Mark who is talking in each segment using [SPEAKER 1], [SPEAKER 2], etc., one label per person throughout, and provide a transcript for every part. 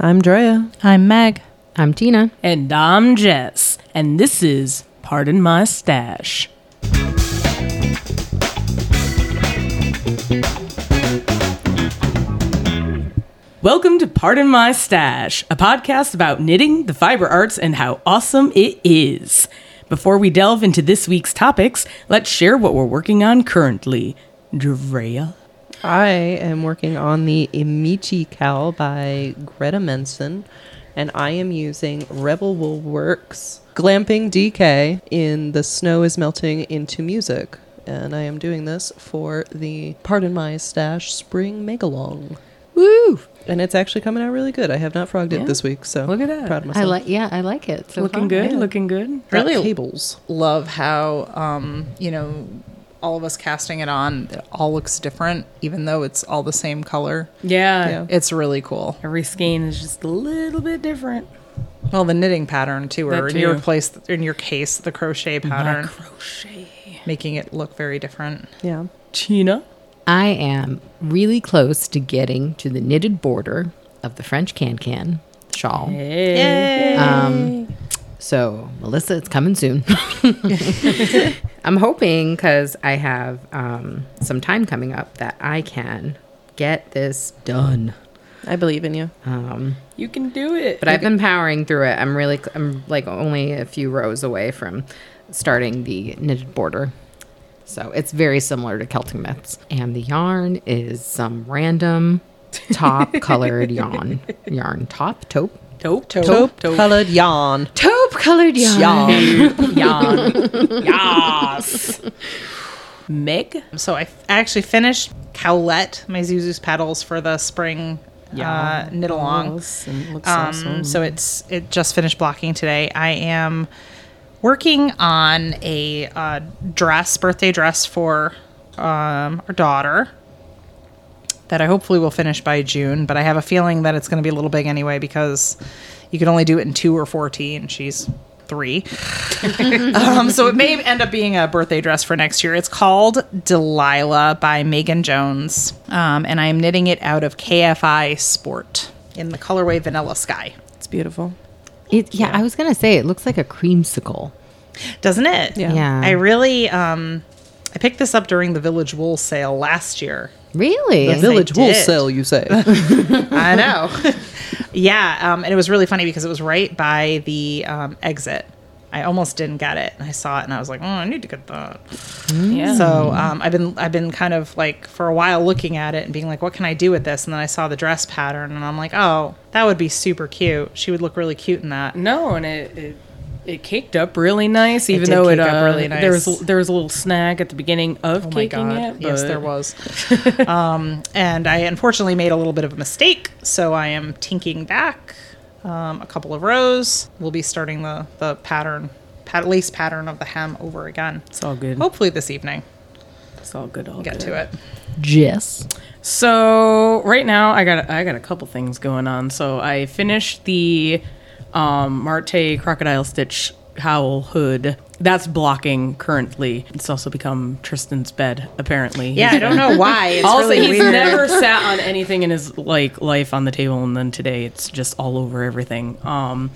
[SPEAKER 1] I'm Drea.
[SPEAKER 2] I'm Meg.
[SPEAKER 3] I'm Tina.
[SPEAKER 4] And I'm Jess. And this is Pardon My Stash. Welcome to Pardon My Stash, a podcast about knitting, the fiber arts, and how awesome it is. Before we delve into this week's topics, let's share what we're working on currently. Drea.
[SPEAKER 1] I am working on the Imichi Cowl by Greta Menson, and I am using Rebel Wool Works Glamping DK in The Snow is Melting into Music. And I am doing this for the Pardon My Stash Spring Megalong.
[SPEAKER 3] Woo!
[SPEAKER 1] And it's actually coming out really good. I have not frogged it this week, so
[SPEAKER 4] Look at that.
[SPEAKER 1] Proud of
[SPEAKER 3] I
[SPEAKER 1] myself.
[SPEAKER 3] like. Yeah, I like it. So
[SPEAKER 4] Looking
[SPEAKER 3] far.
[SPEAKER 4] good, looking good.
[SPEAKER 1] Got
[SPEAKER 2] Really?
[SPEAKER 1] cables.
[SPEAKER 2] Love how, um, you know, all of us casting it on, it all looks different, even though it's all the same color.
[SPEAKER 4] Yeah.
[SPEAKER 1] Yeah.
[SPEAKER 2] It's really cool.
[SPEAKER 4] Every skein is just a little bit different.
[SPEAKER 2] Well, the knitting pattern too,
[SPEAKER 4] That
[SPEAKER 2] or you
[SPEAKER 4] too.
[SPEAKER 2] replace in your case the crochet pattern,
[SPEAKER 4] Crochet.
[SPEAKER 2] making it look very different.
[SPEAKER 1] Yeah.
[SPEAKER 4] Tina.
[SPEAKER 3] I am really close to getting to the knitted border of the French can can shawl. Um, so, Melissa, it's coming soon. I'm hoping because I have um, some time coming up that I can get this done.
[SPEAKER 1] I believe in you.
[SPEAKER 3] Um,
[SPEAKER 4] You can do it.
[SPEAKER 3] but I've been powering through it. I'm really, cl- I'm like only a few rows away from starting the knitted border. So it's very similar to Celtic Myths. And the yarn is some random top colored yarn. Yarn top, taupe.
[SPEAKER 4] Taupe, taupe,
[SPEAKER 1] Taupe colored yarn.
[SPEAKER 3] Taupe colored yarn.
[SPEAKER 4] Yes. Meg.
[SPEAKER 2] So I, f- I actually finished Cowlette, my Zuzu's petals for the spring uh, knit along.
[SPEAKER 1] And looks
[SPEAKER 2] Um,
[SPEAKER 1] awesome.
[SPEAKER 2] So it's it just finished blocking today. I am working on a uh, dress, birthday dress for um, our daughter that I hopefully will finish by June. But I have a feeling that it's going to be a little big anyway because you can only do it in two or fourteen. She's three, um, so it may end up being a birthday dress for next year. It's called Delilah by Megan Jones, um, and I am knitting it out of KFI Sport in the colorway Vanilla Sky.
[SPEAKER 1] It's beautiful.
[SPEAKER 3] It, yeah, I was going to say it looks like a creamsicle.
[SPEAKER 2] doesn't it?
[SPEAKER 1] Yeah.
[SPEAKER 3] Yeah.
[SPEAKER 2] I really, um, I picked this up during the Village Wool sale last year.
[SPEAKER 3] Really?
[SPEAKER 1] The village
[SPEAKER 2] did.
[SPEAKER 1] wholesale, you say?
[SPEAKER 2] I know. yeah, um, and it was really funny because it was right by the um, exit. I almost didn't get it, and I saw it, and I was like, "Oh, I need to get that."
[SPEAKER 4] Yeah.
[SPEAKER 2] So um, I've been I've been kind of like for a while looking at it and being like, "What can I do with this?" And then I saw the dress pattern, and I'm like, "Oh, that would be super cute. She would look really cute in that."
[SPEAKER 4] No, and it. it it caked up really nice, even
[SPEAKER 2] did
[SPEAKER 4] though it
[SPEAKER 2] cake up
[SPEAKER 4] uh,
[SPEAKER 2] really
[SPEAKER 4] there
[SPEAKER 2] nice.
[SPEAKER 4] was there was a little snag at the beginning of
[SPEAKER 2] Oh my
[SPEAKER 4] caking
[SPEAKER 2] god!
[SPEAKER 4] it.
[SPEAKER 2] yes,
[SPEAKER 4] but-
[SPEAKER 2] there was. um, and I unfortunately made a little bit of a mistake, so I am tinking back um, a couple of rows. We'll be starting the the pattern, pat- lace pattern of the hem over again.
[SPEAKER 4] It's all good.
[SPEAKER 2] Hopefully this evening,
[SPEAKER 4] It's all good. All
[SPEAKER 2] get
[SPEAKER 4] good.
[SPEAKER 2] to it.
[SPEAKER 3] Jess.
[SPEAKER 4] So right now I got I got a couple things going on. So I finished the um, Marte crocodile stitch howl hood. That's blocking currently. It's also become Tristan's bed apparently.
[SPEAKER 2] Yeah, I don't know why. It's
[SPEAKER 4] also,
[SPEAKER 2] really
[SPEAKER 4] he's
[SPEAKER 2] weird.
[SPEAKER 4] never sat on anything in his like life on the table, and then today it's just all over everything. Um,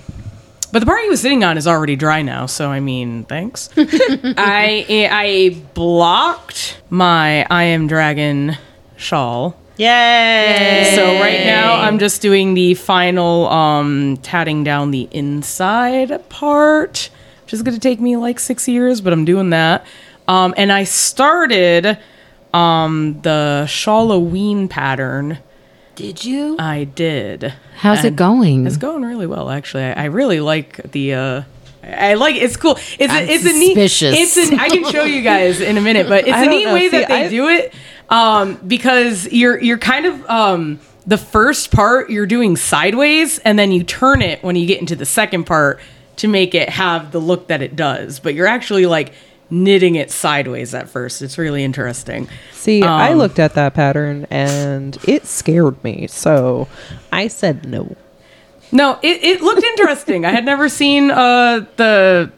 [SPEAKER 4] but the part he was sitting on is already dry now, so I mean, thanks. I I blocked my I am dragon shawl.
[SPEAKER 2] Yay!
[SPEAKER 4] So right now I'm just doing the final um tatting down the inside part, which is gonna take me like six years, but I'm doing that. Um and I started um the Shalloween pattern.
[SPEAKER 3] Did you?
[SPEAKER 4] I did.
[SPEAKER 3] How's it
[SPEAKER 4] And
[SPEAKER 3] going?
[SPEAKER 4] It's going really well actually. I, I really like the uh I like it's cool. It's a,
[SPEAKER 3] I'm
[SPEAKER 4] it's a neat.
[SPEAKER 3] suspicious.
[SPEAKER 4] It's an I can show you guys in a minute, but it's
[SPEAKER 1] I
[SPEAKER 4] a
[SPEAKER 1] don't
[SPEAKER 4] neat
[SPEAKER 1] know.
[SPEAKER 4] way
[SPEAKER 1] See,
[SPEAKER 4] that they
[SPEAKER 1] I-
[SPEAKER 4] do it um, because you're you're kind of um, the first part you're doing sideways, and then you turn it when you get into the second part to make it have the look that it does. But you're actually like knitting it sideways at first. It's really interesting.
[SPEAKER 1] See, I
[SPEAKER 4] Um,
[SPEAKER 1] looked at that pattern and it scared me, so I said no.
[SPEAKER 4] No, it, it looked interesting. I had never seen uh the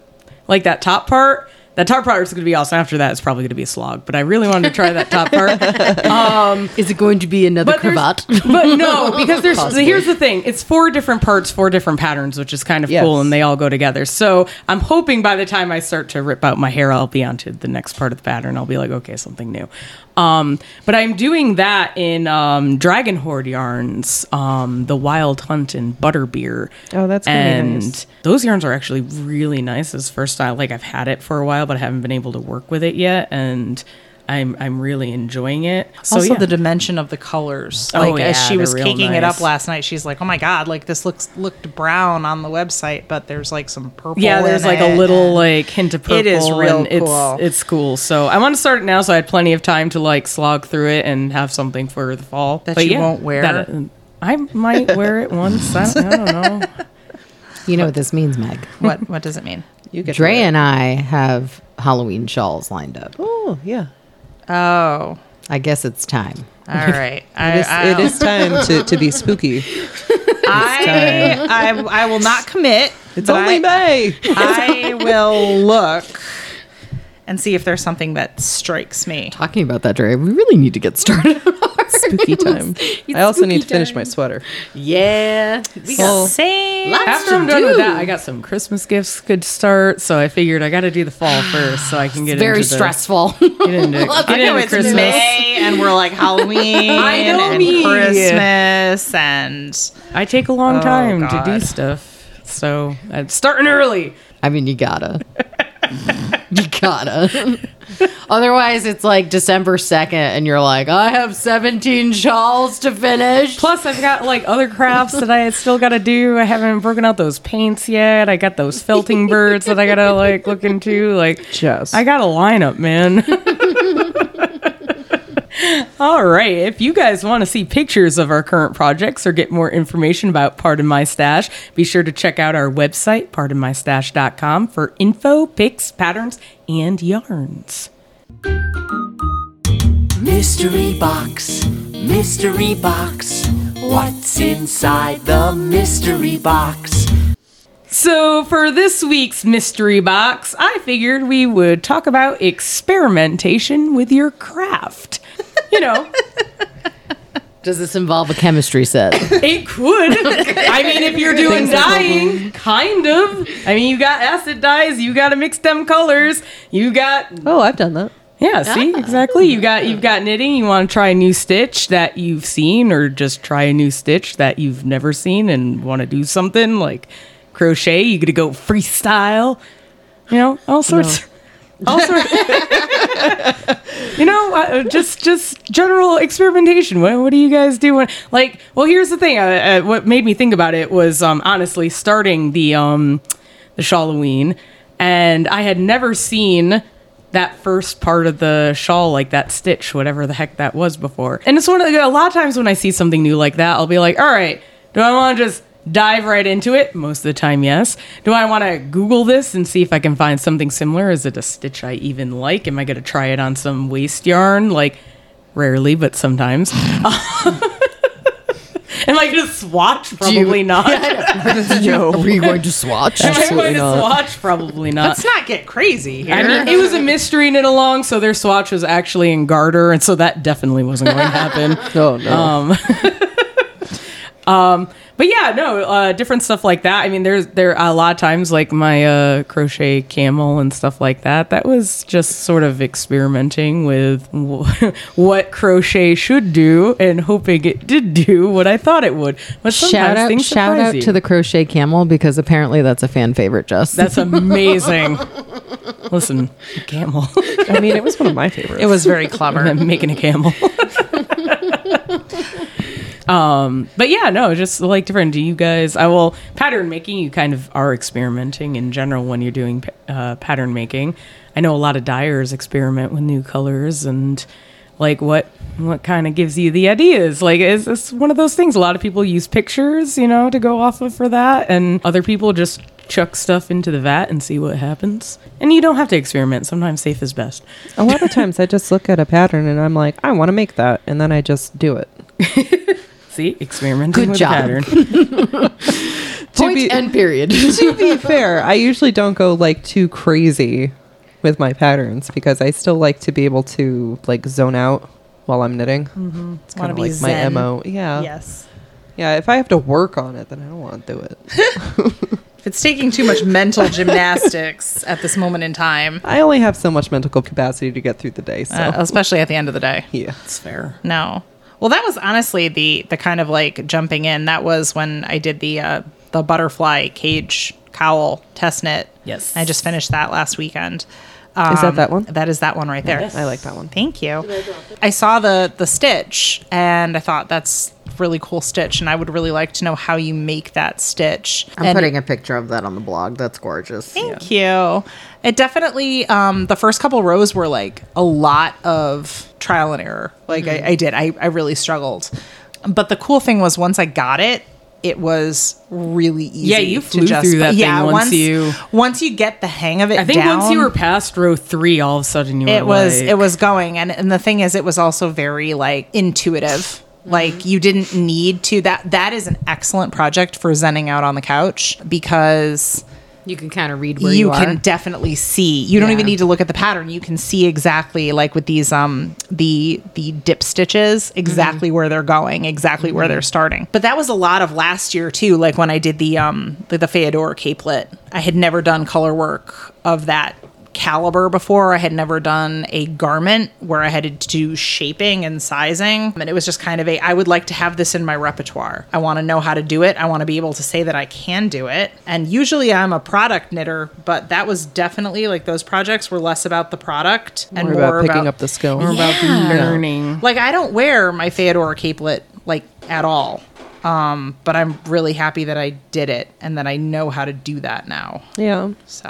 [SPEAKER 4] like that top part. That top part is going to be awesome. After that, it's probably going to be a slog. But I really wanted to try that top part. Um,
[SPEAKER 3] Is it going to be another
[SPEAKER 4] but there's-
[SPEAKER 3] cravat?
[SPEAKER 4] but no, because there's
[SPEAKER 3] Possibly.
[SPEAKER 4] here's the thing. It's four different parts, four different patterns, which is kind of
[SPEAKER 1] Yes.
[SPEAKER 4] cool, and they all go together. So I'm hoping by the time I start to rip out my hair, I'll be onto the next part of the pattern. I'll be like, okay, something new. Um, but I'm doing that in um, Dragon Horde yarns, um, the Wild Hunt and Butterbeer.
[SPEAKER 1] Oh, that's gonna be
[SPEAKER 4] and
[SPEAKER 1] nice.
[SPEAKER 4] those yarns are actually really nice as first style. Like I've had it for a while, but I haven't been able to work with it yet, and. I'm, I'm really enjoying it. So,
[SPEAKER 2] also
[SPEAKER 4] yeah.
[SPEAKER 2] the dimension of the colors.
[SPEAKER 4] Oh,
[SPEAKER 2] Like as
[SPEAKER 4] yeah,
[SPEAKER 2] she
[SPEAKER 4] they're
[SPEAKER 2] was
[SPEAKER 4] real
[SPEAKER 2] caking it up
[SPEAKER 4] nice.
[SPEAKER 2] last night, she's like, "Oh my god! Like this looks looked brown on the website, but there's like some purple."
[SPEAKER 4] Yeah, there's
[SPEAKER 2] in
[SPEAKER 4] like
[SPEAKER 2] it,
[SPEAKER 4] a little
[SPEAKER 2] and-
[SPEAKER 4] like hint of purple.
[SPEAKER 2] It is real
[SPEAKER 4] and
[SPEAKER 2] cool.
[SPEAKER 4] It's it's cool. So I want to start it now, so I had plenty of time to like slog through it and have something for the fall
[SPEAKER 2] That you won't wear?
[SPEAKER 4] I might wear it once. I, I don't know.
[SPEAKER 3] you know what this means, Meg.
[SPEAKER 2] what what does it mean?
[SPEAKER 1] You get to
[SPEAKER 3] Dre
[SPEAKER 1] wear it.
[SPEAKER 3] and I have Halloween shawls lined up.
[SPEAKER 1] Oh yeah,
[SPEAKER 2] Oh, all
[SPEAKER 3] I guess it's time.
[SPEAKER 2] right. I,
[SPEAKER 1] it is,
[SPEAKER 2] I,
[SPEAKER 1] it is time to, to be spooky.
[SPEAKER 2] I, I I will not commit.
[SPEAKER 1] It's
[SPEAKER 2] but
[SPEAKER 1] only
[SPEAKER 2] I-
[SPEAKER 1] May.
[SPEAKER 2] I will look and see if there's something that strikes me.
[SPEAKER 3] Talking about that, Dre, we really need to get started.
[SPEAKER 1] spooky time. I also need to finish my sweater.
[SPEAKER 3] yeah. We
[SPEAKER 1] Well,
[SPEAKER 2] Same.
[SPEAKER 3] Lots
[SPEAKER 4] After
[SPEAKER 3] to
[SPEAKER 4] I'm done
[SPEAKER 3] do.
[SPEAKER 4] with that, I got some Christmas gifts could start. So I figured I got to do the fall first, so I can get
[SPEAKER 3] very
[SPEAKER 4] into the-
[SPEAKER 3] stressful.
[SPEAKER 4] Get into, get
[SPEAKER 2] I know
[SPEAKER 4] into
[SPEAKER 2] it's
[SPEAKER 4] Christmas.
[SPEAKER 2] May and we're like Halloween
[SPEAKER 4] I know
[SPEAKER 2] and
[SPEAKER 4] me.
[SPEAKER 2] Christmas and
[SPEAKER 4] I take a long
[SPEAKER 2] Oh,
[SPEAKER 4] time
[SPEAKER 2] God.
[SPEAKER 4] to do stuff, so I'm starting early.
[SPEAKER 3] I mean, you gotta. you gotta. Otherwise, it's like December 2nd, and you're like, I have 17 shawls to finish.
[SPEAKER 4] Plus, I've got like other crafts that I still got to do. I haven't broken out those paints yet. I got those felting birds that I gotta like look into. Like,
[SPEAKER 1] Just.
[SPEAKER 4] I got a lineup, man. All right. If you guys want to see pictures of our current projects or get more information about Pardon My Stash, be sure to check out our website, pardonmystash.com, for info, pics, patterns, and yarns.
[SPEAKER 5] Mystery box, mystery box. What's inside the mystery box?
[SPEAKER 4] So, for this week's mystery box, I figured we would talk about experimentation with your craft. You know,
[SPEAKER 3] Does this involve a chemistry set?
[SPEAKER 4] it could. I mean, if you're doing dyeing, kind of. I mean, you got acid dyes, you got to mix them colors, you got
[SPEAKER 1] Oh, I've done that.
[SPEAKER 4] yeah, see, exactly. You got you've got knitting, you want to try a new stitch that you've seen or just try a new stitch that you've never seen and want to do something like crochet, you got to go freestyle. You know, all sorts all sorts You know, uh, just just general experimentation. What, what do you guys do? When, like, well, here's the thing. Uh, uh, what made me think about it was um, honestly starting the um, the Halloween, and I had never seen that first part of the shawl, like that stitch, whatever the heck that was before. And it's one of the, a lot of times when I see something new like that, I'll be like, all right, do I want to just dive right into it? Most of the time, yes. Do I want to Google this and see if I can find something similar? Is it a stitch I even like? Am I going to try it on some waste yarn? Like, rarely, but sometimes. Am I going to swatch? Probably not.
[SPEAKER 3] no. Are you going to swatch?
[SPEAKER 4] Am I going to swatch? Probably not.
[SPEAKER 2] let's not get crazy here.
[SPEAKER 4] I mean, it was a mystery knit along, so their swatch was actually in garter, and so that definitely wasn't going to happen.
[SPEAKER 1] Oh no.
[SPEAKER 2] Um,
[SPEAKER 4] But yeah, no, uh, different stuff like that. I mean, there's there are a lot of times like my uh, crochet camel and stuff like that. That was just sort of experimenting with w- what crochet should do and hoping it did do what I thought it would. But sometimes
[SPEAKER 3] Shout out,
[SPEAKER 4] things
[SPEAKER 3] shout
[SPEAKER 4] surprise
[SPEAKER 3] out
[SPEAKER 4] you.
[SPEAKER 3] to the crochet camel because apparently that's a fan favorite, Jess.
[SPEAKER 4] That's amazing. Listen, camel.
[SPEAKER 1] I mean, it was one of my favorites.
[SPEAKER 2] it was very clever.
[SPEAKER 4] I'm making a camel. um, but yeah, no, just like different. Do you guys? I will pattern making. You kind of are experimenting in general when you're doing uh, pattern making. I know a lot of dyers experiment with new colors and like what what kind of gives you the ideas like is this one of those things a lot of people use pictures you know to go off of for that and other people just chuck stuff into the vat and see what happens and you don't have to experiment sometimes safe is best
[SPEAKER 1] a lot of times I just look at a pattern and I'm like, I want to make that, and then I just do it.
[SPEAKER 4] See, experimenting
[SPEAKER 3] Good
[SPEAKER 4] with
[SPEAKER 3] job.
[SPEAKER 4] pattern.
[SPEAKER 3] Point
[SPEAKER 1] be-
[SPEAKER 3] and period.
[SPEAKER 1] to be fair, I usually don't go like too crazy with my patterns because I still like to be able to like zone out while I'm knitting. It's
[SPEAKER 2] Wanna
[SPEAKER 1] kind of
[SPEAKER 2] be
[SPEAKER 1] like my
[SPEAKER 2] zen.
[SPEAKER 1] mo. Yeah,
[SPEAKER 2] Yes.
[SPEAKER 1] yeah. If I have to work on it, then I don't want to do it.
[SPEAKER 2] If it's taking too much mental gymnastics at this moment in time,
[SPEAKER 1] I only have so much mental capacity to get through the day. So
[SPEAKER 2] uh, especially at the end of the day.
[SPEAKER 1] yeah,
[SPEAKER 4] It's fair.
[SPEAKER 2] No. Well, that was honestly the the kind of like jumping in. That was when I did the uh, the butterfly cage cowl test knit.
[SPEAKER 4] Yes.
[SPEAKER 2] I just finished that last weekend.
[SPEAKER 1] Is that
[SPEAKER 2] Um,
[SPEAKER 1] that one?
[SPEAKER 2] That is that one right there.
[SPEAKER 1] I like that one.
[SPEAKER 2] Thank you. I saw the the stitch and I thought that's really cool stitch and I would really like to know how you make that stitch.
[SPEAKER 3] I'm
[SPEAKER 2] And-
[SPEAKER 3] putting a picture of that on the blog. That's gorgeous.
[SPEAKER 2] Thank you. It definitely, um, the first couple rows were like a lot of trial and error. Like
[SPEAKER 4] Mm-hmm.
[SPEAKER 2] I, I did, I, I really struggled. But the cool thing was once I got it, it was really easy.
[SPEAKER 4] Yeah, you
[SPEAKER 2] to
[SPEAKER 4] flew
[SPEAKER 2] just-
[SPEAKER 4] through that thing once you-
[SPEAKER 2] once you get the hang of it.
[SPEAKER 4] I think once you
[SPEAKER 2] down,
[SPEAKER 4] were past row three, all of a sudden you were
[SPEAKER 2] it was
[SPEAKER 4] like-
[SPEAKER 2] it was going and and the thing is it was also very like intuitive
[SPEAKER 4] Mm-hmm.
[SPEAKER 2] like you didn't need to that that is an excellent project for zenning out on the couch because
[SPEAKER 3] You can kind of read where
[SPEAKER 2] you,
[SPEAKER 3] you, are.
[SPEAKER 2] can definitely see. You don't
[SPEAKER 3] Yeah.
[SPEAKER 2] even need to look at the pattern. You can see exactly like with these um the the dip stitches
[SPEAKER 3] Mm-hmm.
[SPEAKER 2] exactly where they're going, exactly where they're starting. But that was a lot of last year too. Like when I did the um the, the Feodora capelet, I had never done color work of that caliber before. I had never done a garment where I had to do shaping and sizing. And it was just kind of a I would like to have this in my repertoire. I want to know how to do it. I want to be able to say that I can do it. And usually I'm a product knitter, but that was definitely like those projects were less about the product and
[SPEAKER 1] more
[SPEAKER 2] more,
[SPEAKER 1] about picking
[SPEAKER 2] about
[SPEAKER 1] up the skill.
[SPEAKER 4] More about
[SPEAKER 2] Yeah.
[SPEAKER 4] learning.
[SPEAKER 2] like I don't wear my Feodora capelet like at all. Um, but I'm really happy that I did it and that I know how to do that now.
[SPEAKER 1] Yeah.
[SPEAKER 2] So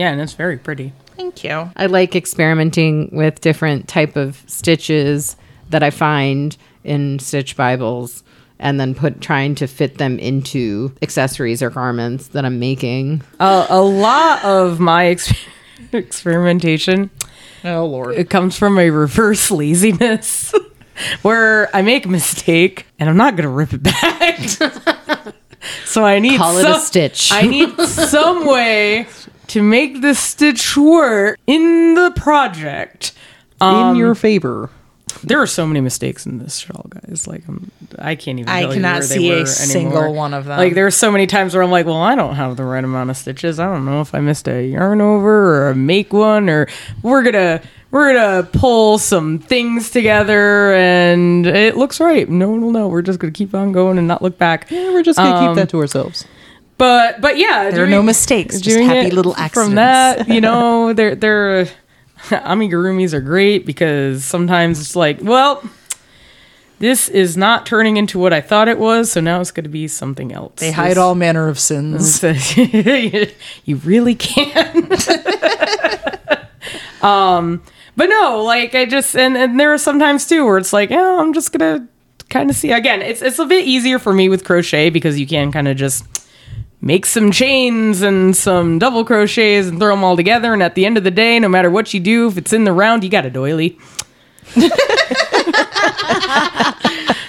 [SPEAKER 4] Yeah, and it's very pretty.
[SPEAKER 2] thank you.
[SPEAKER 3] I like experimenting with different type of stitches that I find in stitch bibles and then put trying to fit them into accessories or garments that I'm making.
[SPEAKER 4] Uh, a lot of my ex- experimentation
[SPEAKER 2] Oh Lord.
[SPEAKER 4] it comes from a reverse laziness where I make a mistake and I'm not going to rip it back. so I need
[SPEAKER 3] Call it a
[SPEAKER 4] some-
[SPEAKER 3] stitch.
[SPEAKER 4] I need some way to make this stitch work in the project.
[SPEAKER 1] in your favor.
[SPEAKER 4] There are so many mistakes in this shawl, guys. Like I'm, I can't even.
[SPEAKER 2] I
[SPEAKER 4] tell you
[SPEAKER 2] cannot
[SPEAKER 4] where they
[SPEAKER 2] see a
[SPEAKER 4] were anymore.
[SPEAKER 2] single one of them.
[SPEAKER 4] Like there are so many times where I'm like, well, I don't have the right amount of stitches. I don't know if I missed a yarn over or a make one, or we're gonna we're gonna pull some things together, and it looks right. No one will know. We're just gonna keep on going and not look back.
[SPEAKER 1] Yeah, we're just gonna
[SPEAKER 4] Um,
[SPEAKER 1] keep that to ourselves.
[SPEAKER 4] But but yeah,
[SPEAKER 2] There are no mistakes, just happy
[SPEAKER 4] it
[SPEAKER 2] little
[SPEAKER 4] From that, you know, they're they're amigurumis are great because sometimes it's like, well, this is not turning into what I thought it was, so now it's going to be something else.
[SPEAKER 2] They hide all manner of
[SPEAKER 4] Mm-hmm.
[SPEAKER 2] sins.
[SPEAKER 4] you really can. um, but no, like I just and and there are sometimes too where it's like, oh, I'm just gonna kind of see again. It's it's a bit easier for me with crochet because you can kind of just make some chains and some double crochets and throw them all together. And at the end of the day, no matter what you do, if it's in the round, you got a doily.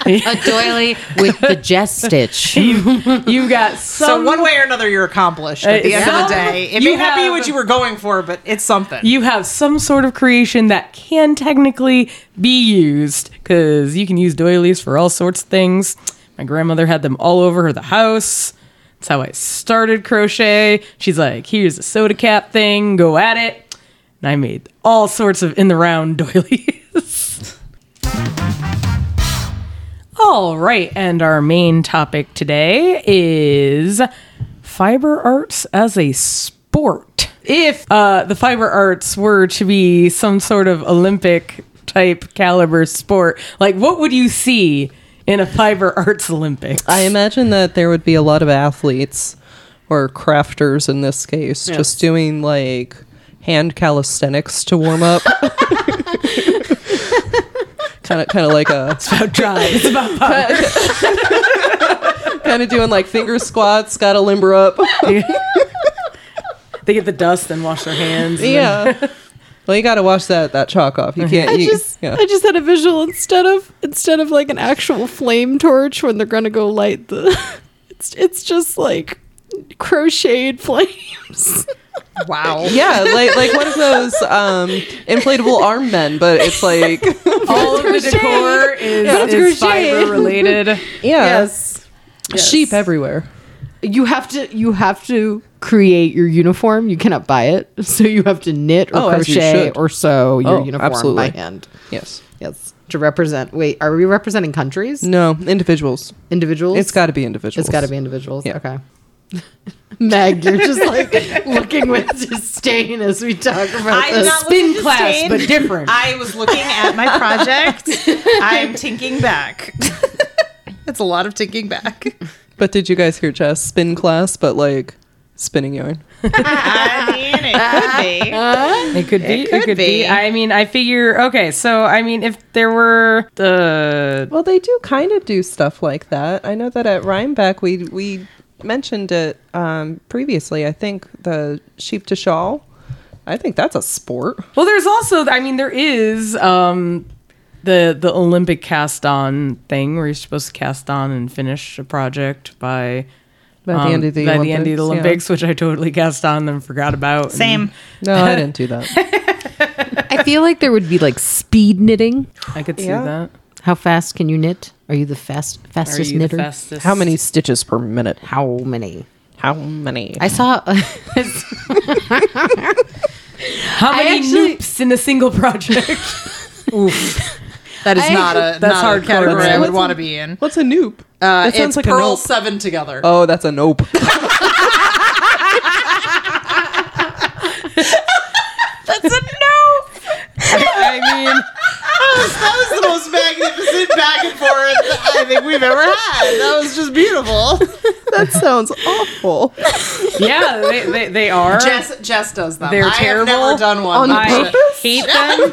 [SPEAKER 3] A doily with the jest stitch.
[SPEAKER 4] You got some.
[SPEAKER 2] So one way or another, you're accomplished at the end of the
[SPEAKER 4] some-
[SPEAKER 2] day. It
[SPEAKER 4] Um, you
[SPEAKER 2] may not be
[SPEAKER 4] have-
[SPEAKER 2] what you were going for, but it's something.
[SPEAKER 4] you have some sort of creation that can technically be used because you can use doilies for all sorts of things. My grandmother had them all over the house. That's how I started crochet. She's like, here's a soda cap thing, go at it. And I made all sorts of in the round doilies. all right, and our main topic today is fiber arts as a sport. If uh, the fiber arts were to be some sort of Olympic type caliber sport, like what would you see in a fiber arts Olympics?
[SPEAKER 1] I imagine that there would be a lot of athletes or crafters in this case just doing like hand calisthenics to warm up. Kind of, kind of like a
[SPEAKER 4] about drives, about power.
[SPEAKER 1] kind of doing like finger squats. Got to limber up.
[SPEAKER 4] they get the dust and wash their hands. and then-
[SPEAKER 1] yeah. Well, you got to wash that that chalk off. You can't.
[SPEAKER 6] I
[SPEAKER 1] You,
[SPEAKER 6] just
[SPEAKER 1] yeah.
[SPEAKER 6] I just had a visual instead of instead of like an actual flame torch when they're gonna go light the it's it's just like crocheted flames.
[SPEAKER 2] Wow.
[SPEAKER 1] Yeah, like like one of those um, inflatable arm men, but it's like
[SPEAKER 4] All of the decor is,
[SPEAKER 6] it's crocheted.
[SPEAKER 4] is fiber related.
[SPEAKER 1] yeah,
[SPEAKER 3] Yes.
[SPEAKER 1] sheep everywhere.
[SPEAKER 3] You have to you have to create your uniform. You cannot buy it. So you have to knit or
[SPEAKER 1] Oh, as you
[SPEAKER 3] crochet
[SPEAKER 1] should.
[SPEAKER 3] or sew your
[SPEAKER 1] Oh,
[SPEAKER 3] uniform
[SPEAKER 1] absolutely.
[SPEAKER 3] by hand.
[SPEAKER 1] Yes.
[SPEAKER 3] Yes. To represent wait, are we representing countries?
[SPEAKER 1] No, individuals.
[SPEAKER 3] Individuals?
[SPEAKER 1] It's got to be individuals.
[SPEAKER 3] It's got to be individuals.
[SPEAKER 1] Yeah.
[SPEAKER 3] Okay. Meg, you're just like looking with disdain as we talk about
[SPEAKER 2] I'm
[SPEAKER 3] this.
[SPEAKER 2] not
[SPEAKER 4] Spin
[SPEAKER 2] looking
[SPEAKER 4] class,
[SPEAKER 2] disdain.
[SPEAKER 4] but different.
[SPEAKER 2] I was looking at my project. I'm tinking back. it's a lot of tinking back.
[SPEAKER 1] But did you guys hear Jess spin class? But like spinning yarn.
[SPEAKER 2] I mean, it could be.
[SPEAKER 4] It could be. It could,
[SPEAKER 2] could
[SPEAKER 4] be.
[SPEAKER 2] be.
[SPEAKER 4] I mean, I figure. Okay, so I mean, if there were the
[SPEAKER 1] Well, they do kind of do stuff like that. I know that at Rhinebeck we we mentioned it um, previously. I think the sheep to shawl. I think that's a sport.
[SPEAKER 4] well, there's also. I mean, there is um, the the Olympic cast on thing where you're supposed to cast on and finish a project by.
[SPEAKER 1] By the
[SPEAKER 4] um,
[SPEAKER 1] end of the
[SPEAKER 4] by
[SPEAKER 1] Olympics,
[SPEAKER 4] the end of the
[SPEAKER 1] yeah.
[SPEAKER 4] Olympics, which I totally cast on and forgot about.
[SPEAKER 2] Same.
[SPEAKER 1] No, I didn't do that.
[SPEAKER 3] I feel like there would be like speed knitting.
[SPEAKER 4] And I could see
[SPEAKER 1] Yeah.
[SPEAKER 4] that.
[SPEAKER 3] How fast can you knit? Are you the fast
[SPEAKER 4] Are
[SPEAKER 3] fastest
[SPEAKER 4] you the
[SPEAKER 3] knitter?
[SPEAKER 4] fastest?
[SPEAKER 1] How many stitches per minute?
[SPEAKER 3] How many?
[SPEAKER 1] How many?
[SPEAKER 3] I saw
[SPEAKER 4] How many
[SPEAKER 3] actually-
[SPEAKER 4] noops in a single project?
[SPEAKER 2] That is
[SPEAKER 3] I-
[SPEAKER 2] not a
[SPEAKER 4] That's
[SPEAKER 2] not
[SPEAKER 4] hardcore.
[SPEAKER 2] a category I
[SPEAKER 1] That's-
[SPEAKER 2] would want to be in.
[SPEAKER 1] What's a noob?
[SPEAKER 2] Uh,
[SPEAKER 1] That sounds
[SPEAKER 2] it's
[SPEAKER 1] like a
[SPEAKER 2] Pearl
[SPEAKER 1] nope.
[SPEAKER 2] Seven together.
[SPEAKER 1] Oh, that's a nope.
[SPEAKER 2] That's a no.
[SPEAKER 4] I mean,
[SPEAKER 7] That was the most magnificent back and forth I think we've ever had. That was just beautiful.
[SPEAKER 1] that sounds awful.
[SPEAKER 4] yeah, they, they, they are.
[SPEAKER 7] Jess, Jess does them.
[SPEAKER 4] They're
[SPEAKER 7] I have
[SPEAKER 4] terrible.
[SPEAKER 7] never done one.
[SPEAKER 4] I
[SPEAKER 7] but
[SPEAKER 4] hate them.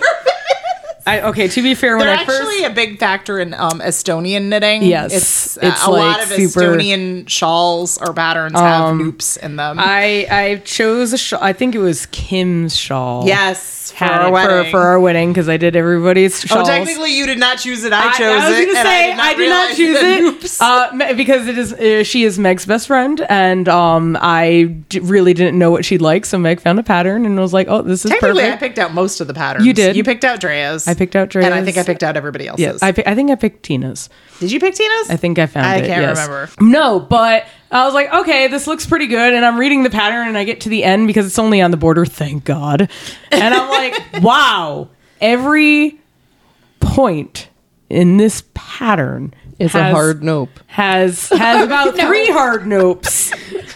[SPEAKER 4] I, okay, to be fair,
[SPEAKER 7] They're
[SPEAKER 4] when I first
[SPEAKER 7] actually a big factor in um, Estonian knitting.
[SPEAKER 4] Yes,
[SPEAKER 7] it's, uh,
[SPEAKER 4] it's
[SPEAKER 7] a lot
[SPEAKER 4] like
[SPEAKER 7] of
[SPEAKER 4] super- Um,
[SPEAKER 7] Estonian shawls or patterns have loops in them.
[SPEAKER 4] I I chose a shawl. I think it was Kim's shawl.
[SPEAKER 7] yes, for
[SPEAKER 4] Had
[SPEAKER 7] our
[SPEAKER 4] it
[SPEAKER 7] wedding.
[SPEAKER 4] for, for our wedding because I did everybody's
[SPEAKER 7] oh,
[SPEAKER 4] shawls.
[SPEAKER 7] technically, you did not choose it. I
[SPEAKER 4] I,
[SPEAKER 7] chose
[SPEAKER 4] I was
[SPEAKER 7] it.
[SPEAKER 4] gonna
[SPEAKER 7] and
[SPEAKER 4] say I did not,
[SPEAKER 7] realize the
[SPEAKER 4] choose
[SPEAKER 7] loops.
[SPEAKER 4] it uh, me- because it is uh, she is Meg's best friend and um I d- really didn't know what she'd like so Meg found a pattern and was like oh this is
[SPEAKER 7] Technically, I
[SPEAKER 4] perfect
[SPEAKER 7] picked out most of the patterns.
[SPEAKER 4] You did.
[SPEAKER 7] You picked out Drea's.
[SPEAKER 4] I picked out
[SPEAKER 7] And I think I
[SPEAKER 4] Drea's.
[SPEAKER 7] picked out everybody else's.
[SPEAKER 4] yes I, pi- I think I picked Tina's
[SPEAKER 7] did you pick Tina's?
[SPEAKER 4] I think I found
[SPEAKER 7] I
[SPEAKER 4] it.
[SPEAKER 7] can't
[SPEAKER 4] yes.
[SPEAKER 7] remember.
[SPEAKER 4] No, but I was like, okay, this looks pretty good. And I'm reading the pattern and I get to the end because it's only on the border, thank God. And I'm like, wow, every point in this pattern
[SPEAKER 1] It's a
[SPEAKER 4] has-
[SPEAKER 1] hard nope.
[SPEAKER 4] Has has about three hard nopes,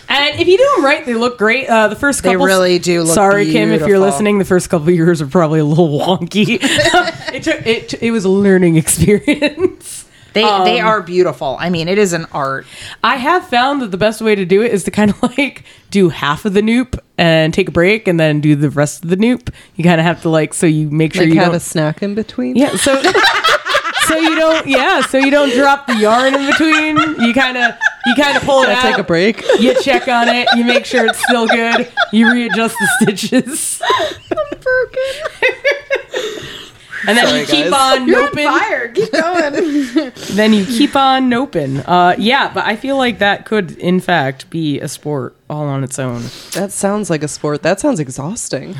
[SPEAKER 4] and if you do them right, they look great. Uh, the first couple
[SPEAKER 7] really do look
[SPEAKER 4] sorry, Kim, if you're
[SPEAKER 7] beautiful.
[SPEAKER 4] listening, the first couple years are probably a little wonky. it took it. t- It was a learning experience.
[SPEAKER 7] They they
[SPEAKER 1] Um,
[SPEAKER 7] are beautiful. I mean, it is an art.
[SPEAKER 4] I have found that the best way to do it is to kind of like do half of the noop and take a break and then do the rest of the noop. You kind of have to like so you make sure
[SPEAKER 1] Like
[SPEAKER 4] you
[SPEAKER 1] have
[SPEAKER 4] don't
[SPEAKER 1] a snack in between.
[SPEAKER 4] yeah so so you don't yeah so you don't drop the yarn in between. You kind of you kind of pull it
[SPEAKER 1] Gotta
[SPEAKER 4] out.
[SPEAKER 1] take a break.
[SPEAKER 4] You check on it. You make sure it's still good. You readjust the stitches. I'm broken. And then you keep on noping.
[SPEAKER 7] Keep going.
[SPEAKER 4] Then you keep on noping. Uh, yeah, but I feel like that could, in fact, be a sport all on its own.
[SPEAKER 1] That sounds like a sport. That sounds exhausting.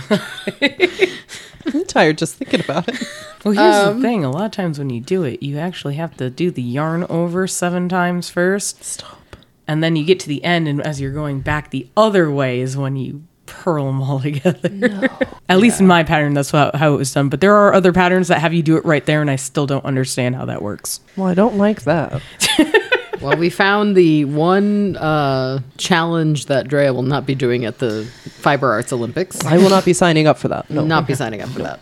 [SPEAKER 1] I'm tired just thinking about it.
[SPEAKER 4] Well, here's
[SPEAKER 3] Um,
[SPEAKER 4] the thing: a lot of times when you do it, you actually have to do the yarn over seven times first. Stop. And then you get to the end, and as you're going back the other way is when you purl them all together. At least in my pattern, that's how, how it was done. But there are other patterns that have you do it right there, and I still don't understand how that works.
[SPEAKER 1] Well, I don't like that.
[SPEAKER 3] well, we found the one uh, challenge that Drea will not be doing at the Fiber Arts Olympics.
[SPEAKER 1] I will not be signing up for that. No.
[SPEAKER 3] Will not be signing up for that.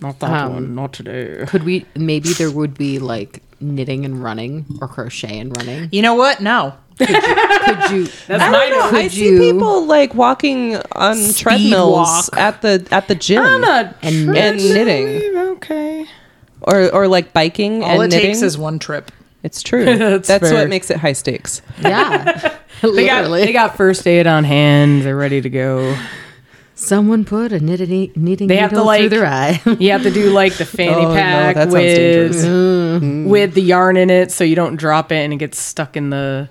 [SPEAKER 4] Not that one. Not today.
[SPEAKER 3] Um, Could we? Maybe there would be like knitting and running or crochet and running.
[SPEAKER 7] You know what? No.
[SPEAKER 3] Could you?
[SPEAKER 1] I don't know. I
[SPEAKER 3] Could
[SPEAKER 1] see
[SPEAKER 3] you-
[SPEAKER 1] people like walking on treadmills
[SPEAKER 7] walk.
[SPEAKER 1] at the at the gym
[SPEAKER 3] And
[SPEAKER 1] and knitting
[SPEAKER 4] Okay.
[SPEAKER 1] or or like biking
[SPEAKER 7] All
[SPEAKER 1] and
[SPEAKER 7] it
[SPEAKER 1] knitting.
[SPEAKER 7] takes is one trip.
[SPEAKER 1] it's true.
[SPEAKER 4] That's
[SPEAKER 1] That's,
[SPEAKER 4] fair.
[SPEAKER 1] what makes it high stakes.
[SPEAKER 3] yeah,
[SPEAKER 4] They got,
[SPEAKER 3] literally.
[SPEAKER 4] they got first aid on hand. They're ready to go.
[SPEAKER 3] Someone put a knitting knitting
[SPEAKER 4] They
[SPEAKER 3] needle
[SPEAKER 4] have to,
[SPEAKER 3] through
[SPEAKER 4] like-
[SPEAKER 3] their eye.
[SPEAKER 4] You have to do like the fanny
[SPEAKER 1] Oh, no,
[SPEAKER 4] pack
[SPEAKER 1] that sounds dangerous. Mm.
[SPEAKER 4] with, Mm. with the yarn in it so you don't drop it and it gets stuck in the.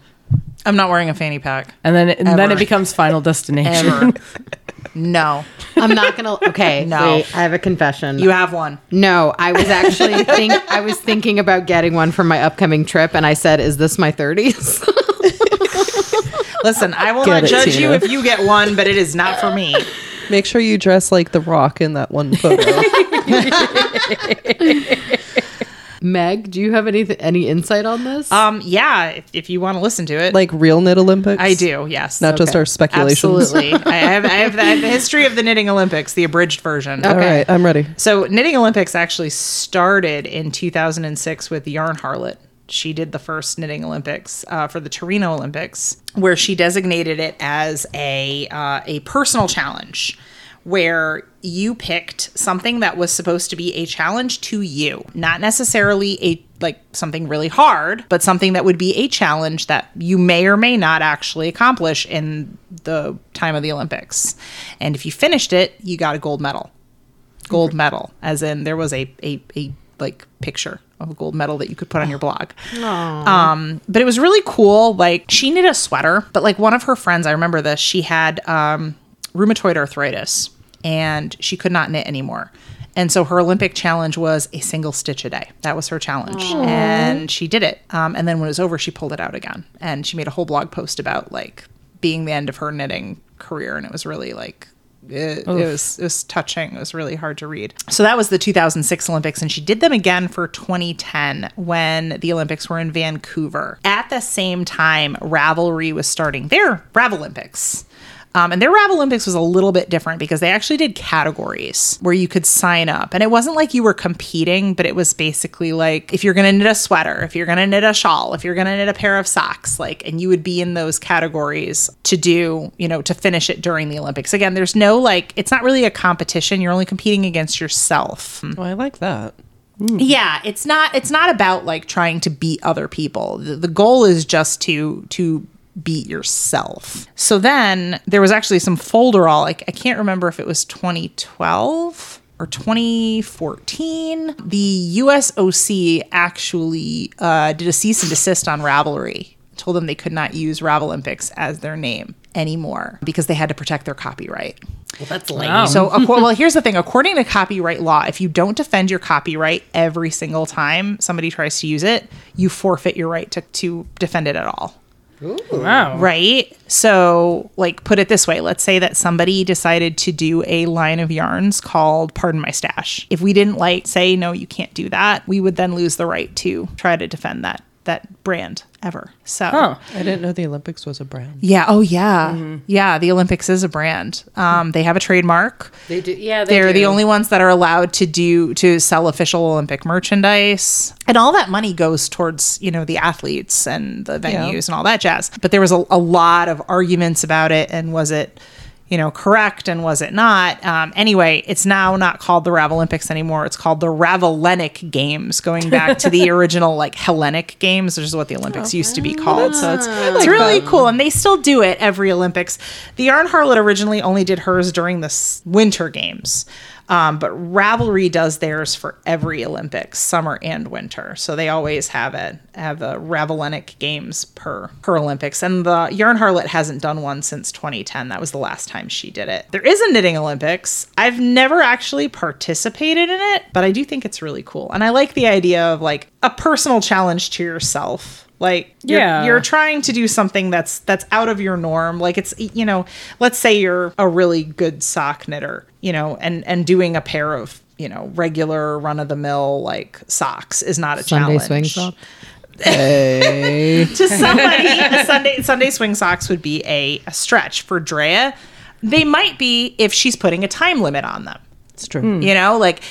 [SPEAKER 7] I'm not wearing a fanny pack.
[SPEAKER 4] And then, and then
[SPEAKER 7] Ever.
[SPEAKER 4] it becomes Final Destination.
[SPEAKER 7] Ever.
[SPEAKER 2] No,
[SPEAKER 3] I'm not gonna. Okay,
[SPEAKER 2] No.
[SPEAKER 3] wait, I have a confession.
[SPEAKER 2] you have one.
[SPEAKER 3] no, I was actually think I was thinking about getting one for my upcoming trip, and I said, "Is this my 30s?"
[SPEAKER 2] Listen, I will
[SPEAKER 1] Get
[SPEAKER 2] not
[SPEAKER 1] it,
[SPEAKER 2] judge you
[SPEAKER 1] Tina.
[SPEAKER 2] if you get one, but it is not for me.
[SPEAKER 1] Make sure you dress like The Rock in that one photo.
[SPEAKER 3] Meg, do you have any any insight on this?
[SPEAKER 2] Um, yeah, if, if you want to listen to it,
[SPEAKER 1] like real knit Olympics.
[SPEAKER 2] I do. Yes,
[SPEAKER 1] Not just our speculations.
[SPEAKER 2] absolutely. I have, I have the, I have the history of the knitting Olympics, the abridged version.
[SPEAKER 1] All right, I'm ready.
[SPEAKER 2] So knitting Olympics actually started in 2006 with Yarn Harlot. She did the first knitting Olympics uh, for the Torino Olympics, where she designated it as a uh, a personal challenge, where you picked something that was supposed to be a challenge to you, not necessarily a like something really hard, but something that would be a challenge that you may or may not actually accomplish in the time of the Olympics. And if you finished it, you got a gold medal gold medal, as in there was a a, a like picture of a gold medal that you could put on your blog. Um, but it was really cool. Like she knit a sweater, but like one of her friends, I remember this, she had um, rheumatoid arthritis and she could not knit anymore. And so her Olympic challenge was a single stitch a day. That was her challenge. And she did it. Um, and then when it was over, she pulled it out again. And she made a whole blog post about like being the end of her knitting career. And it was really like it, it was it was touching. It was really hard to read. So that was the 2006 Olympics, and she did them again for 2010 when the Olympics were in Vancouver. At the same time, Ravelry was starting their Ravel Olympics. Um, and their Ravel Olympics was a little bit different because they actually did categories where you could sign up. And it wasn't like you were competing, but it was basically like if you're going to knit a sweater, if you're going to knit a shawl, if you're going to knit a pair of socks, like, and you would be in those categories to do, you know, to finish it during the Olympics. Again, there's no like, it's not really a competition. You're only competing against yourself.
[SPEAKER 1] Well, Oh, I like that.
[SPEAKER 2] Yeah, it's not it's not about like trying to beat other people. The, the goal is just to to beat yourself. So then there was actually some folderol. Like I can't remember if it was 2012 or 2014. The USOC actually uh, did a cease and desist on Ravelry. Told them they could not use Ravel Olympics as their name anymore because they had to protect their copyright. So, acco- well, here's the thing. According to copyright law, if you don't defend your copyright every single time somebody tries to use it, you forfeit your right to, to defend it at all.
[SPEAKER 4] Wow.
[SPEAKER 2] Right? So, like, put it this way let's say that somebody decided to do a line of yarns called Pardon My Stash. If we didn't like say, no, you can't do that, we would then lose the right to try to defend that that brand ever. So,
[SPEAKER 1] I didn't know the Olympics was a brand.
[SPEAKER 2] yeah. Oh, yeah.
[SPEAKER 3] Mm-hmm.
[SPEAKER 2] Yeah. The Olympics is a brand. Um, they have a trademark.
[SPEAKER 3] they do. Yeah,
[SPEAKER 2] They are the only ones that are allowed to do to sell official Olympic merchandise, and all that money goes towards you know the athletes and the venues and all that jazz. But there was a, a lot of arguments about it, and was it you know correct and was it not? Um, anyway, it's now not called the Ravel Olympics anymore. It's called the Ravelenic Games, going back to the original like Hellenic Games, which is what the Olympics used to be called. So it's it's really cool, and they still do it every Olympics. The Yarn Harlot originally only did hers during the s- Winter Games, um, but Ravelry does theirs for every Olympics, summer and winter. So they always have it have the Ravelenic Games per per Olympics, and the Yarn Harlot hasn't done one since 2010. That was the last time she did it. There is a knitting Olympics. I've never actually participated in it, but I do think it's really cool, and I like the idea of like a personal challenge to yourself. Like you're-
[SPEAKER 4] Yeah.
[SPEAKER 2] you're trying to do something that's that's out of your norm like it's you know let's say you're a really good sock knitter you know and and doing a pair of you know regular run of the mill like socks is not a
[SPEAKER 3] Sunday
[SPEAKER 2] challenge
[SPEAKER 3] swing sock.
[SPEAKER 2] to somebody a sunday sunday swing socks would be a, a stretch for drea they might be if she's putting a time limit on them
[SPEAKER 1] It's true.
[SPEAKER 2] you know like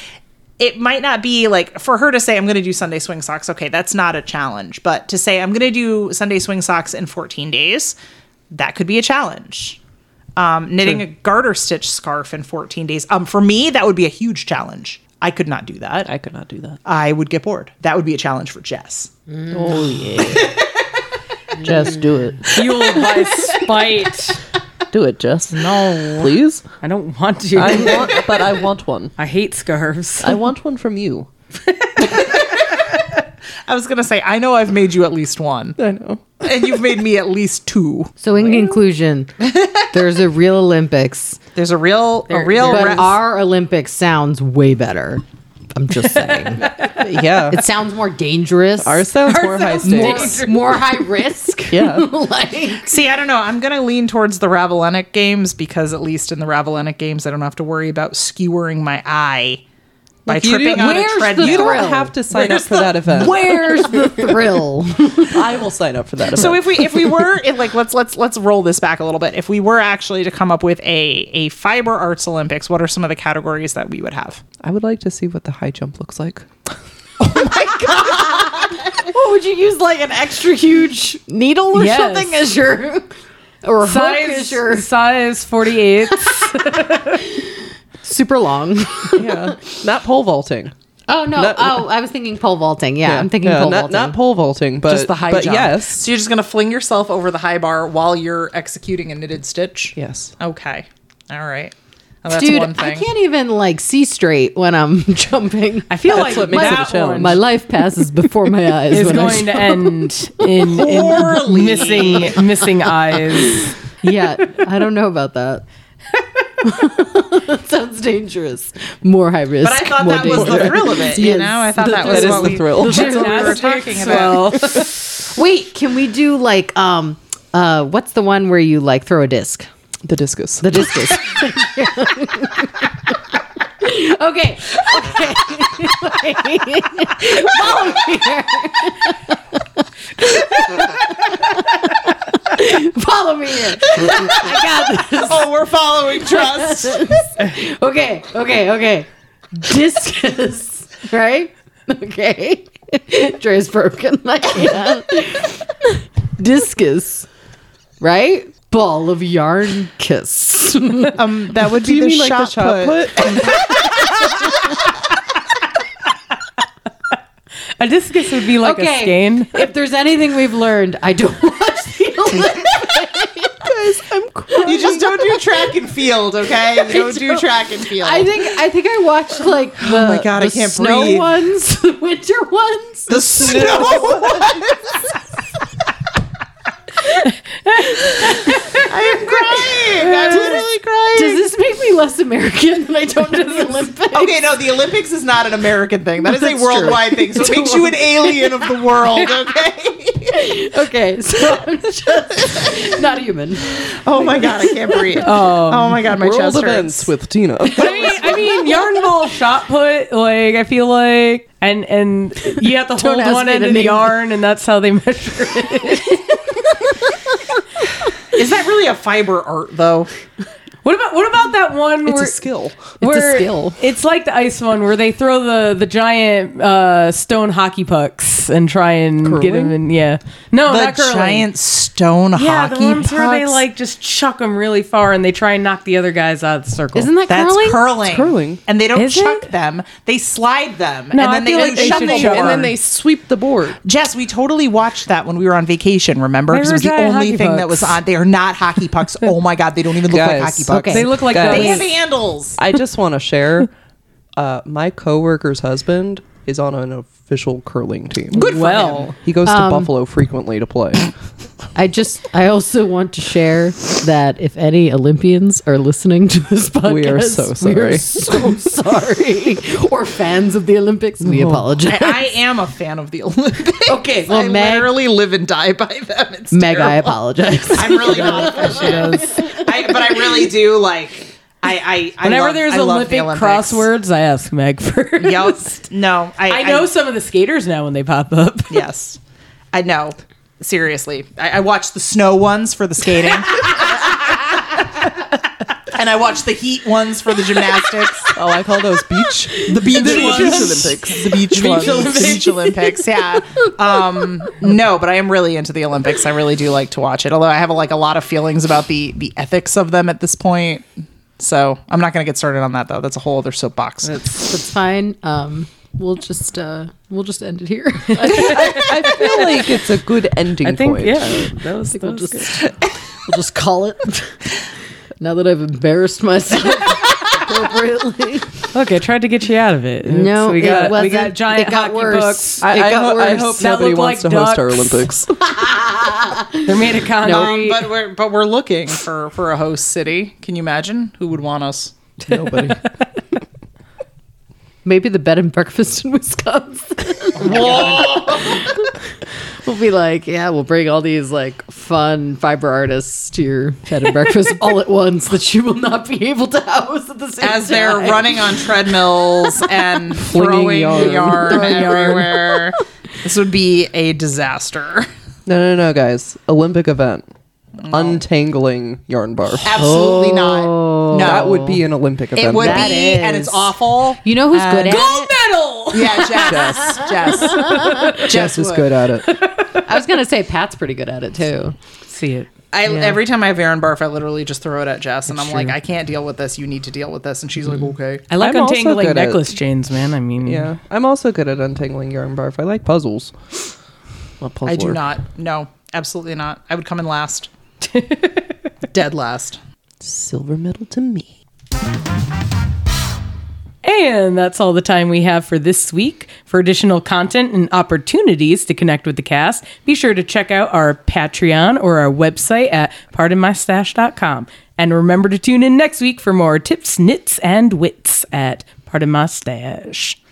[SPEAKER 2] it might not be like for her to say i'm going to do sunday swing socks okay that's not a challenge but to say i'm going to do sunday swing socks in 14 days that could be a challenge um, knitting a garter stitch scarf in 14 days um, for me that would be a huge challenge i could not do that
[SPEAKER 1] I could not do that.
[SPEAKER 2] i would get bored that would be a challenge for jess
[SPEAKER 1] Oh yeah. Just do it.
[SPEAKER 4] Fueled by spite.
[SPEAKER 1] Do it, Jess. No. Please?
[SPEAKER 4] I don't want to.
[SPEAKER 1] I
[SPEAKER 4] I,
[SPEAKER 1] want but I want one.
[SPEAKER 4] hate scarves.
[SPEAKER 1] I want one from you.
[SPEAKER 2] I was gonna say, I know I've made you at least one,
[SPEAKER 6] I know.
[SPEAKER 2] and you've made me at least two.
[SPEAKER 3] So in conclusion, there's a real Olympics,
[SPEAKER 2] There's a real, a real.
[SPEAKER 3] but
[SPEAKER 2] rest-
[SPEAKER 3] our Olympics sounds way better. I'm just saying,
[SPEAKER 1] yeah.
[SPEAKER 3] it sounds more dangerous.
[SPEAKER 1] Ours sounds more high
[SPEAKER 2] sounds
[SPEAKER 1] stakes.
[SPEAKER 3] more, more high risk.
[SPEAKER 1] Yeah.
[SPEAKER 3] like
[SPEAKER 2] See, I don't know. I'm gonna lean towards the Ravelinic games because at least in the Ravelinic games, I don't have to worry about skewering my eye by
[SPEAKER 1] you
[SPEAKER 2] tripping
[SPEAKER 1] do-
[SPEAKER 2] on a
[SPEAKER 3] where's the
[SPEAKER 2] treadmill.
[SPEAKER 1] You don't
[SPEAKER 3] Thrill.
[SPEAKER 1] have to sign up for that event.
[SPEAKER 3] where's the thrill?
[SPEAKER 1] I will sign up for that event.
[SPEAKER 2] so if we if we were it, like let's let's let's roll this back a little bit. If we were actually to come up with a a fiber arts Olympics, what are some of the categories that we would have?
[SPEAKER 1] I would like to see what the high jump looks like.
[SPEAKER 6] What would you use like an extra huge needle or
[SPEAKER 4] Yes.
[SPEAKER 6] something as your or hook
[SPEAKER 4] Size,
[SPEAKER 6] as your
[SPEAKER 4] size 48.
[SPEAKER 3] Super long.
[SPEAKER 1] Yeah. not pole vaulting.
[SPEAKER 3] Oh no!
[SPEAKER 1] Not-
[SPEAKER 3] oh, I was thinking pole vaulting. Yeah, I'm thinking
[SPEAKER 1] Yeah,
[SPEAKER 3] pole
[SPEAKER 1] not,
[SPEAKER 3] vaulting.
[SPEAKER 1] Not pole vaulting, but,
[SPEAKER 2] Just the high
[SPEAKER 1] but
[SPEAKER 2] jump.
[SPEAKER 1] yes.
[SPEAKER 2] So you're just gonna fling yourself over the high bar while you're executing a knitted stitch.
[SPEAKER 1] Yes.
[SPEAKER 2] Okay. All right. Well, that's
[SPEAKER 3] Dude,
[SPEAKER 2] one
[SPEAKER 3] I
[SPEAKER 2] thing.
[SPEAKER 3] can't even like see straight when I'm jumping.
[SPEAKER 4] I feel
[SPEAKER 1] That's
[SPEAKER 4] like
[SPEAKER 1] what makes it
[SPEAKER 4] that
[SPEAKER 1] a challenge.
[SPEAKER 3] My life passes before my eyes.
[SPEAKER 4] is
[SPEAKER 3] when I
[SPEAKER 4] going to end in, in missing missing eyes.
[SPEAKER 3] yeah, I don't know about that. Sounds dangerous. More high risk.
[SPEAKER 2] But I thought
[SPEAKER 3] more
[SPEAKER 2] that was the
[SPEAKER 3] dangerous.
[SPEAKER 2] thrill of it. You
[SPEAKER 3] Yes.
[SPEAKER 2] know, I thought that was
[SPEAKER 1] That is
[SPEAKER 2] what
[SPEAKER 1] the
[SPEAKER 2] we,
[SPEAKER 1] thrill.
[SPEAKER 2] that's what we were talking about.
[SPEAKER 3] Wait, can we do like um uh what's the one where you like throw a disc?
[SPEAKER 1] The discus.
[SPEAKER 3] The discus. okay. Okay. Follow me here. Follow me here. I got
[SPEAKER 7] Oh, we're following trust.
[SPEAKER 3] this. Okay, okay, okay. Discus. Right? Okay. Dre's broken. I can't. Discus. Right? Ball of yarn kiss.
[SPEAKER 2] Um, that would be the shot put.
[SPEAKER 4] A discus would be like a skein.
[SPEAKER 3] If there's anything we've learned, I don't watch the Olympics.
[SPEAKER 7] You just don't do track and field, okay? You don't do track and field.
[SPEAKER 3] I think I think I watched like the,
[SPEAKER 7] Oh my God,
[SPEAKER 3] the
[SPEAKER 7] I can't
[SPEAKER 3] snow
[SPEAKER 7] breathe.
[SPEAKER 3] ones, the winter ones.
[SPEAKER 7] the snow. I am crying. I'm literally crying.
[SPEAKER 3] Does this make me less American that I don't know the Olympics?
[SPEAKER 7] Okay, no, the Olympics is not an American thing. That is a
[SPEAKER 3] That's true.
[SPEAKER 7] worldwide thing. So it makes you an alien of the world, okay?
[SPEAKER 3] Okay, so I'm just not human.
[SPEAKER 7] Oh my god, I can't breathe. oh my god, my
[SPEAKER 1] World
[SPEAKER 7] chest
[SPEAKER 1] events
[SPEAKER 7] hurts.
[SPEAKER 1] with Tina.
[SPEAKER 4] I mean, I mean, yarn ball shot put. Like I feel like, and and you have to hold
[SPEAKER 3] ask
[SPEAKER 4] one
[SPEAKER 3] me
[SPEAKER 4] end
[SPEAKER 3] to
[SPEAKER 4] of the
[SPEAKER 3] name-
[SPEAKER 4] yarn, and that's how they measure. it.
[SPEAKER 2] Is that really a fiber art though?
[SPEAKER 4] What about what about that one?
[SPEAKER 1] it's
[SPEAKER 4] where,
[SPEAKER 1] a skill.
[SPEAKER 4] Where it's
[SPEAKER 3] skill.
[SPEAKER 4] It's like the ice one where they throw the the giant uh, stone hockey pucks and try and get them in. Yeah, no,
[SPEAKER 2] The
[SPEAKER 4] not Oh, curling.
[SPEAKER 2] giant stone
[SPEAKER 4] Yeah,
[SPEAKER 2] hockey
[SPEAKER 4] the ones where they
[SPEAKER 2] pucks?
[SPEAKER 4] like just chuck them really far and they try and knock the other guys out of the circle.
[SPEAKER 3] Isn't that
[SPEAKER 2] That's
[SPEAKER 3] curling?
[SPEAKER 2] curling.
[SPEAKER 1] curling.
[SPEAKER 2] And they don't
[SPEAKER 4] Is
[SPEAKER 2] chuck
[SPEAKER 4] it?
[SPEAKER 2] them. They slide them. and
[SPEAKER 4] No, I
[SPEAKER 2] then
[SPEAKER 4] feel
[SPEAKER 2] they
[SPEAKER 4] like
[SPEAKER 2] do
[SPEAKER 4] they
[SPEAKER 2] shut
[SPEAKER 4] should
[SPEAKER 2] them
[SPEAKER 4] do it.
[SPEAKER 2] down.
[SPEAKER 1] And then they sweep the board.
[SPEAKER 2] Jess, we totally watched that when we were on vacation, remember?
[SPEAKER 4] They
[SPEAKER 2] Because it
[SPEAKER 4] were
[SPEAKER 2] was the
[SPEAKER 4] giant
[SPEAKER 2] only
[SPEAKER 4] hockey
[SPEAKER 2] thing that was
[SPEAKER 4] pucks.
[SPEAKER 2] on. They are not hockey pucks. Oh my god, they don't even look like
[SPEAKER 1] Guys,
[SPEAKER 2] hockey pucks.
[SPEAKER 3] okay.
[SPEAKER 4] They look like
[SPEAKER 1] Guys.
[SPEAKER 2] They
[SPEAKER 4] those.
[SPEAKER 2] have handles.
[SPEAKER 1] I just want to share. Uh, my coworker's husband is on an official curling team.
[SPEAKER 2] Good for
[SPEAKER 4] Well. um,
[SPEAKER 2] him.
[SPEAKER 1] He goes to Buffalo frequently to play.
[SPEAKER 3] I just I also want to share that if any Olympians are listening to this podcast,
[SPEAKER 1] We are so
[SPEAKER 3] we are
[SPEAKER 1] sorry.
[SPEAKER 3] so sorry. or fans of the Olympics, we apologize.
[SPEAKER 2] I am a fan of the Olympics.
[SPEAKER 3] Okay, well,
[SPEAKER 2] I
[SPEAKER 3] Meg-
[SPEAKER 2] literally live and die by them. It's
[SPEAKER 3] Meg, I
[SPEAKER 2] terrible.
[SPEAKER 3] apologize.
[SPEAKER 7] I'm really not a fan. I, but I really do like I I, I
[SPEAKER 4] Whenever
[SPEAKER 7] love-
[SPEAKER 4] there's
[SPEAKER 7] I love the
[SPEAKER 4] Olympic
[SPEAKER 7] Olympics.
[SPEAKER 4] crosswords, I ask Meg first.
[SPEAKER 2] Yep. No, I,
[SPEAKER 4] I know some of the skaters now when they pop up.
[SPEAKER 2] yes, I know. Seriously, I, I watched the snow ones for the skating, and I watched the heat ones for the gymnastics.
[SPEAKER 1] oh, I call those beach.
[SPEAKER 2] The beach,
[SPEAKER 1] beach
[SPEAKER 2] ones.
[SPEAKER 1] Olympics.
[SPEAKER 2] The beach, ones.
[SPEAKER 4] Olympics.
[SPEAKER 2] The beach Olympics. Yeah. Um, no, but I am really into the Olympics. I really do like to watch it. Although I have like a lot of feelings about the the ethics of them at this point. So I'm not going to get started on that though. That's a whole other soapbox.
[SPEAKER 3] That's fine. Um, we'll just uh, we'll just end it here.
[SPEAKER 1] I feel like it's a good ending
[SPEAKER 4] I think
[SPEAKER 1] point.
[SPEAKER 4] yeah, that was, that
[SPEAKER 3] we'll
[SPEAKER 4] was
[SPEAKER 3] just
[SPEAKER 4] good.
[SPEAKER 3] we'll just call it. now that I've embarrassed myself appropriately.
[SPEAKER 4] Look, I tried to get you out of it.
[SPEAKER 3] No,
[SPEAKER 4] we
[SPEAKER 3] it
[SPEAKER 4] got we
[SPEAKER 3] wasn't.
[SPEAKER 4] got giant
[SPEAKER 3] It got
[SPEAKER 4] hockey
[SPEAKER 3] worse.
[SPEAKER 4] books.
[SPEAKER 3] It
[SPEAKER 1] I, I,
[SPEAKER 3] got
[SPEAKER 1] ho- I
[SPEAKER 3] worse.
[SPEAKER 1] hope
[SPEAKER 4] That
[SPEAKER 1] nobody
[SPEAKER 4] looked
[SPEAKER 1] wants
[SPEAKER 4] like
[SPEAKER 1] to host our
[SPEAKER 4] ducks.
[SPEAKER 1] Olympics.
[SPEAKER 4] They're made of concrete.
[SPEAKER 2] Um, but we're but we're looking for for a host city. Can you imagine who would want us?
[SPEAKER 1] Nobody.
[SPEAKER 3] Maybe the bed and breakfast in Wisconsin. we'll be like, yeah, we'll bring all these like fun fiber artists to your bed and breakfast all at once that you will not be able to house at the same
[SPEAKER 2] As they're
[SPEAKER 3] time.
[SPEAKER 2] running on treadmills and throwing yarn, everywhere. this would be a disaster.
[SPEAKER 1] No, no, no, guys. Olympic event. Untangling yarn bar.
[SPEAKER 8] Absolutely not.
[SPEAKER 2] No,
[SPEAKER 1] That would be an Olympic event.
[SPEAKER 2] it would
[SPEAKER 3] That
[SPEAKER 2] be, and it's
[SPEAKER 3] is-
[SPEAKER 2] awful.
[SPEAKER 3] You know who's good at it?
[SPEAKER 8] Yeah, Jess.
[SPEAKER 1] Jess.
[SPEAKER 8] Jess.
[SPEAKER 1] Jess is
[SPEAKER 8] would.
[SPEAKER 1] good at it.
[SPEAKER 3] I was gonna say Pat's pretty good at it too.
[SPEAKER 4] see it.
[SPEAKER 2] I every time I have Aaron barf, I literally just throw it at Jess, and I'm like, I can't deal with this. You need to deal with this, and she's like, okay.
[SPEAKER 4] I like
[SPEAKER 1] I'm also
[SPEAKER 4] untangling
[SPEAKER 1] good at-
[SPEAKER 4] necklace chains, man. I mean,
[SPEAKER 1] Yeah. I'm also good at untangling yarn barf. I like puzzles. I'm a puzzler.
[SPEAKER 2] I do not. No, absolutely not. I would come in last. Dead last.
[SPEAKER 1] Silver medal to me.
[SPEAKER 4] And that's all the time we have for this week. For additional content and opportunities to connect with the cast, be sure to check out our Patreon or our website at pardonmystash.com. And remember to tune in next week for more tips, nits, and wits at Pardon My Stash.